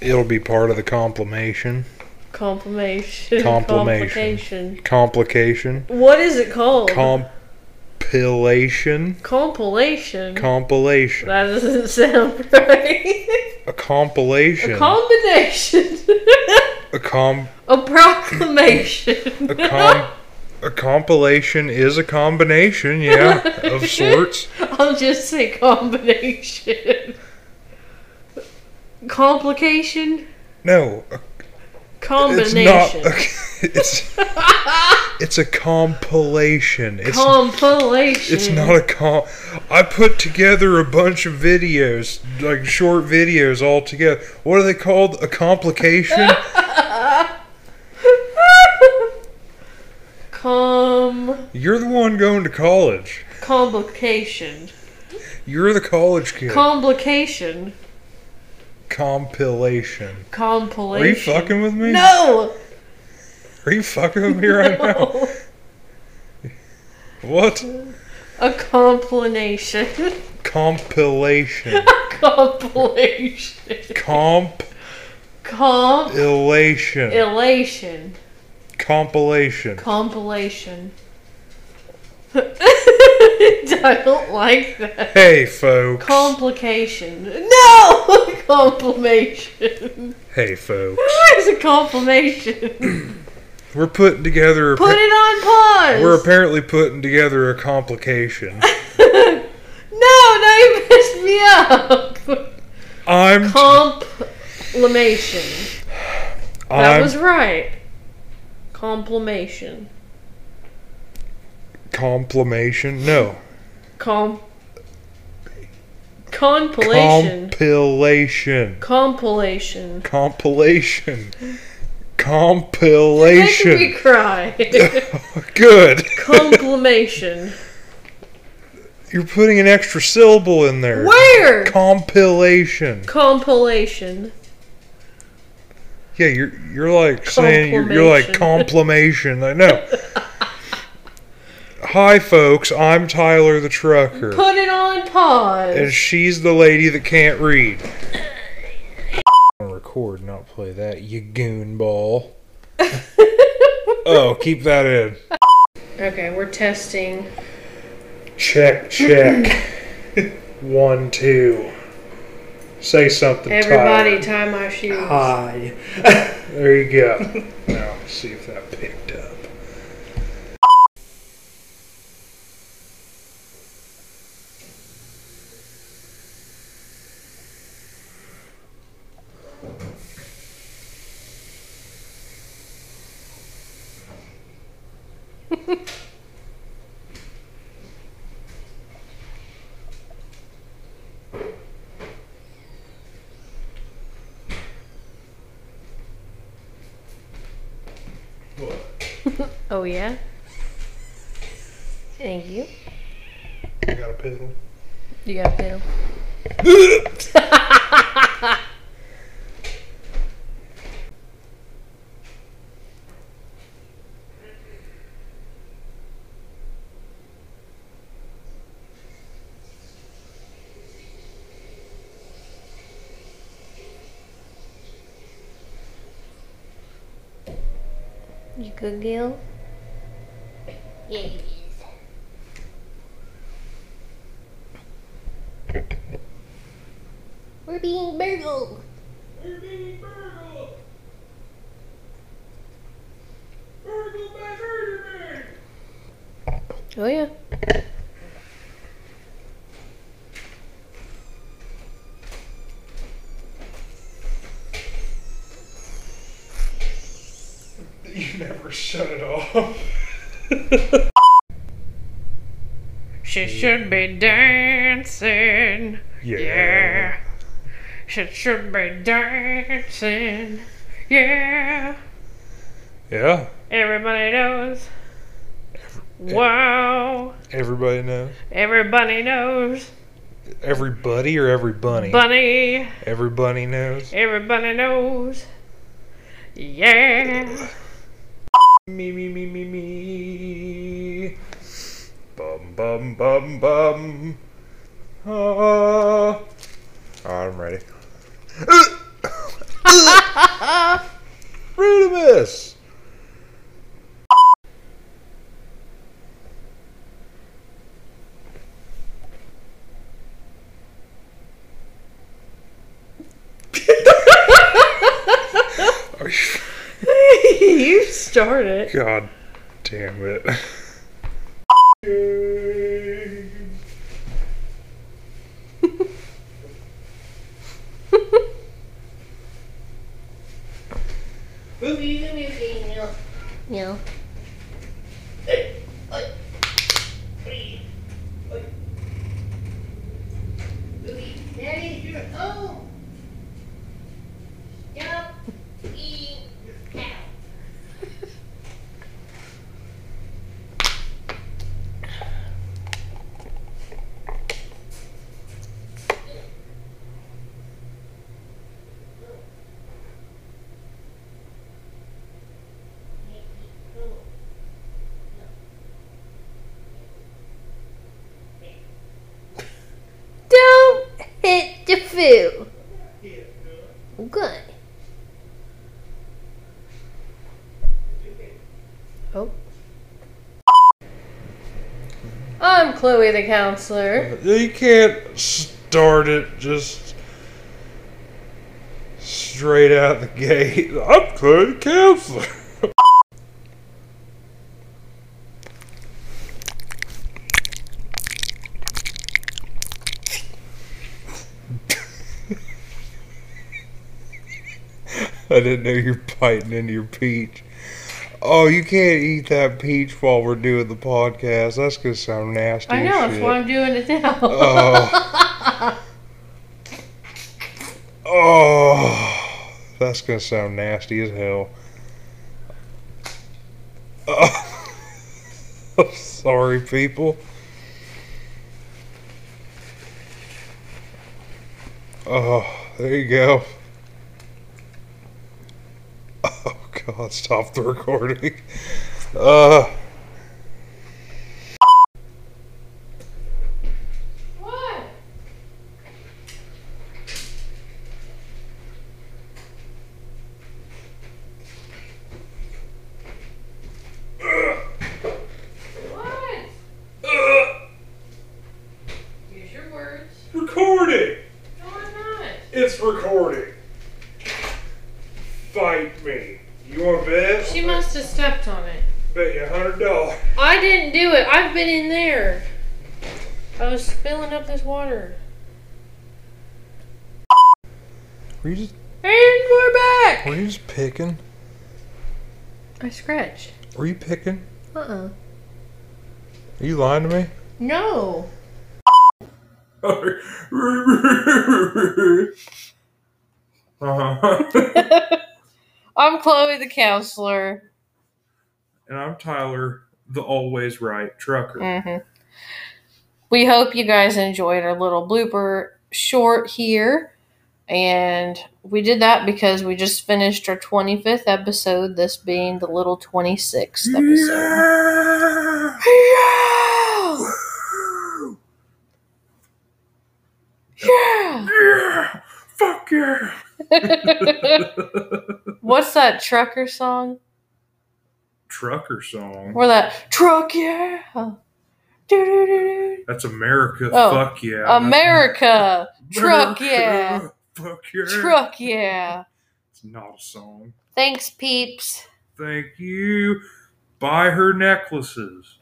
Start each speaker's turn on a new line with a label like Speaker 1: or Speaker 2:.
Speaker 1: It'll be part of the complimation.
Speaker 2: Complimation.
Speaker 1: Complimation.
Speaker 2: Complication.
Speaker 1: Complication.
Speaker 2: What is it called?
Speaker 1: Compilation.
Speaker 2: Compilation.
Speaker 1: Compilation.
Speaker 2: that doesn't sound right.
Speaker 1: A compilation.
Speaker 2: A combination.
Speaker 1: a com.
Speaker 2: a proclamation.
Speaker 1: A com. A compilation is a combination, yeah, of sorts.
Speaker 2: I'll just say combination. Complication.
Speaker 1: No, a It's
Speaker 2: Combination.
Speaker 1: not. it's it's a compilation. It's
Speaker 2: Compilation.
Speaker 1: it's not a com. I put together a bunch of videos, like short videos, all together. What are they called? A complication.
Speaker 2: Com
Speaker 1: You're the one going to college.
Speaker 2: complication.
Speaker 1: You're the college kid.
Speaker 2: Complication.
Speaker 1: compilation.
Speaker 2: Compilation.
Speaker 1: Are you fucking with me?
Speaker 2: No.
Speaker 1: Are you fucking with me right now?
Speaker 2: no.
Speaker 1: What?
Speaker 2: A compilation.
Speaker 1: Compilation.
Speaker 2: compilation. Compilation.
Speaker 1: Compilation. Compilation.
Speaker 2: Compilation. I don't like that.
Speaker 1: Hey, folks.
Speaker 2: Complication. No! Complimation.
Speaker 1: hey, folks.
Speaker 2: Where's a complimation?
Speaker 1: We're putting together. A
Speaker 2: Put it on pause!
Speaker 1: We're apparently putting together a complication.
Speaker 2: no, now you messed me up!
Speaker 1: I'm.
Speaker 2: Complimation. That
Speaker 1: I'm.
Speaker 2: was right. Complimation.
Speaker 1: Complimation. No.
Speaker 2: Com. Compilation.
Speaker 1: Compilation.
Speaker 2: Compilation.
Speaker 1: Compilation.
Speaker 2: Making me
Speaker 1: Compilation.
Speaker 2: cry.
Speaker 1: Good.
Speaker 2: Complimation.
Speaker 1: You're putting an extra syllable in there.
Speaker 2: Where?
Speaker 1: Compilation.
Speaker 2: Compilation.
Speaker 1: Yeah, you're you're like saying you're, you're like complimation. I know. Hi, folks. I'm Tyler the trucker.
Speaker 2: Put it on
Speaker 1: and
Speaker 2: pause.
Speaker 1: she's the lady that can't read. I'm gonna record, not play that, you goon ball. oh, keep that in.
Speaker 2: Okay, we're testing.
Speaker 1: Check, check. One, two. Say something,
Speaker 2: Everybody, tie my shoes.
Speaker 1: Hi. there you go. Now, see if that picked up.
Speaker 2: Oh, yeah? Thank you.
Speaker 1: You got a piddle?
Speaker 2: You got a pill. You good, Gil?
Speaker 3: We're being burgled.
Speaker 2: Oh, yeah.
Speaker 1: You never shut it off.
Speaker 2: She should be dancing.
Speaker 1: Yeah.
Speaker 2: Yeah. She should be dancing. Yeah.
Speaker 1: Yeah.
Speaker 2: Everybody knows. Wow.
Speaker 1: Everybody knows.
Speaker 2: Everybody knows.
Speaker 1: Everybody or every bunny?
Speaker 2: Bunny.
Speaker 1: every bunny knows.
Speaker 2: Everybody knows. Yeah.
Speaker 1: Me me me me me. Bum bum bum bum. Ah. I'm ready. Oh,
Speaker 2: start it.
Speaker 1: God damn it.
Speaker 2: Yeah.
Speaker 3: Daddy, you're home. Yup. Eat. Cow.
Speaker 2: Don't hit the food. Okay. Oh. I'm Chloe the counselor.
Speaker 1: You can't start it just straight out the gate. I'm Chloe the counselor. I didn't know you're biting into your peach. Oh, you can't eat that peach while we're doing the podcast. That's gonna sound nasty.
Speaker 2: I
Speaker 1: as
Speaker 2: know, that's
Speaker 1: shit.
Speaker 2: why I'm doing it now.
Speaker 1: Oh. Oh, that's gonna sound nasty as hell. Oh, I'm Oh. sorry, people. Oh, there you go. Oh God, stop the recording. Uh,
Speaker 2: What? What?
Speaker 1: uh
Speaker 2: Use your words.
Speaker 1: recording.
Speaker 2: No, I'm not.
Speaker 1: It's recording. Fight me. You want to bet?
Speaker 2: She must have stepped on it.
Speaker 1: Bet you a hundred dollars.
Speaker 2: I didn't do it. I've been in there. I was spilling up this water.
Speaker 1: Were you just
Speaker 2: And we're back!
Speaker 1: were you just picking?
Speaker 2: I scratched.
Speaker 1: Were you picking?
Speaker 2: Uh uh
Speaker 1: Are you lying to me?
Speaker 2: No.
Speaker 1: Uh-huh.
Speaker 2: I'm Chloe the counselor.
Speaker 1: and I'm Tyler, the always right trucker.
Speaker 2: hmm We hope you guys enjoyed our little blooper short here. And we did that because we just finished our 25th episode, this being the little 26th episode.
Speaker 1: Yeah!
Speaker 2: Yeah! Yeah!
Speaker 1: Yeah! Fuck yeah!
Speaker 2: What's that trucker song?
Speaker 1: Trucker song.
Speaker 2: Where that truck yeah, do do do
Speaker 1: That's America.
Speaker 2: Oh.
Speaker 1: Fuck yeah.
Speaker 2: do. America,
Speaker 1: That's-
Speaker 2: truck yeah,
Speaker 1: Fuck yeah.
Speaker 2: truck yeah.
Speaker 1: It's not a song.
Speaker 2: Thanks, peeps.
Speaker 1: Thank you. Buy her necklaces.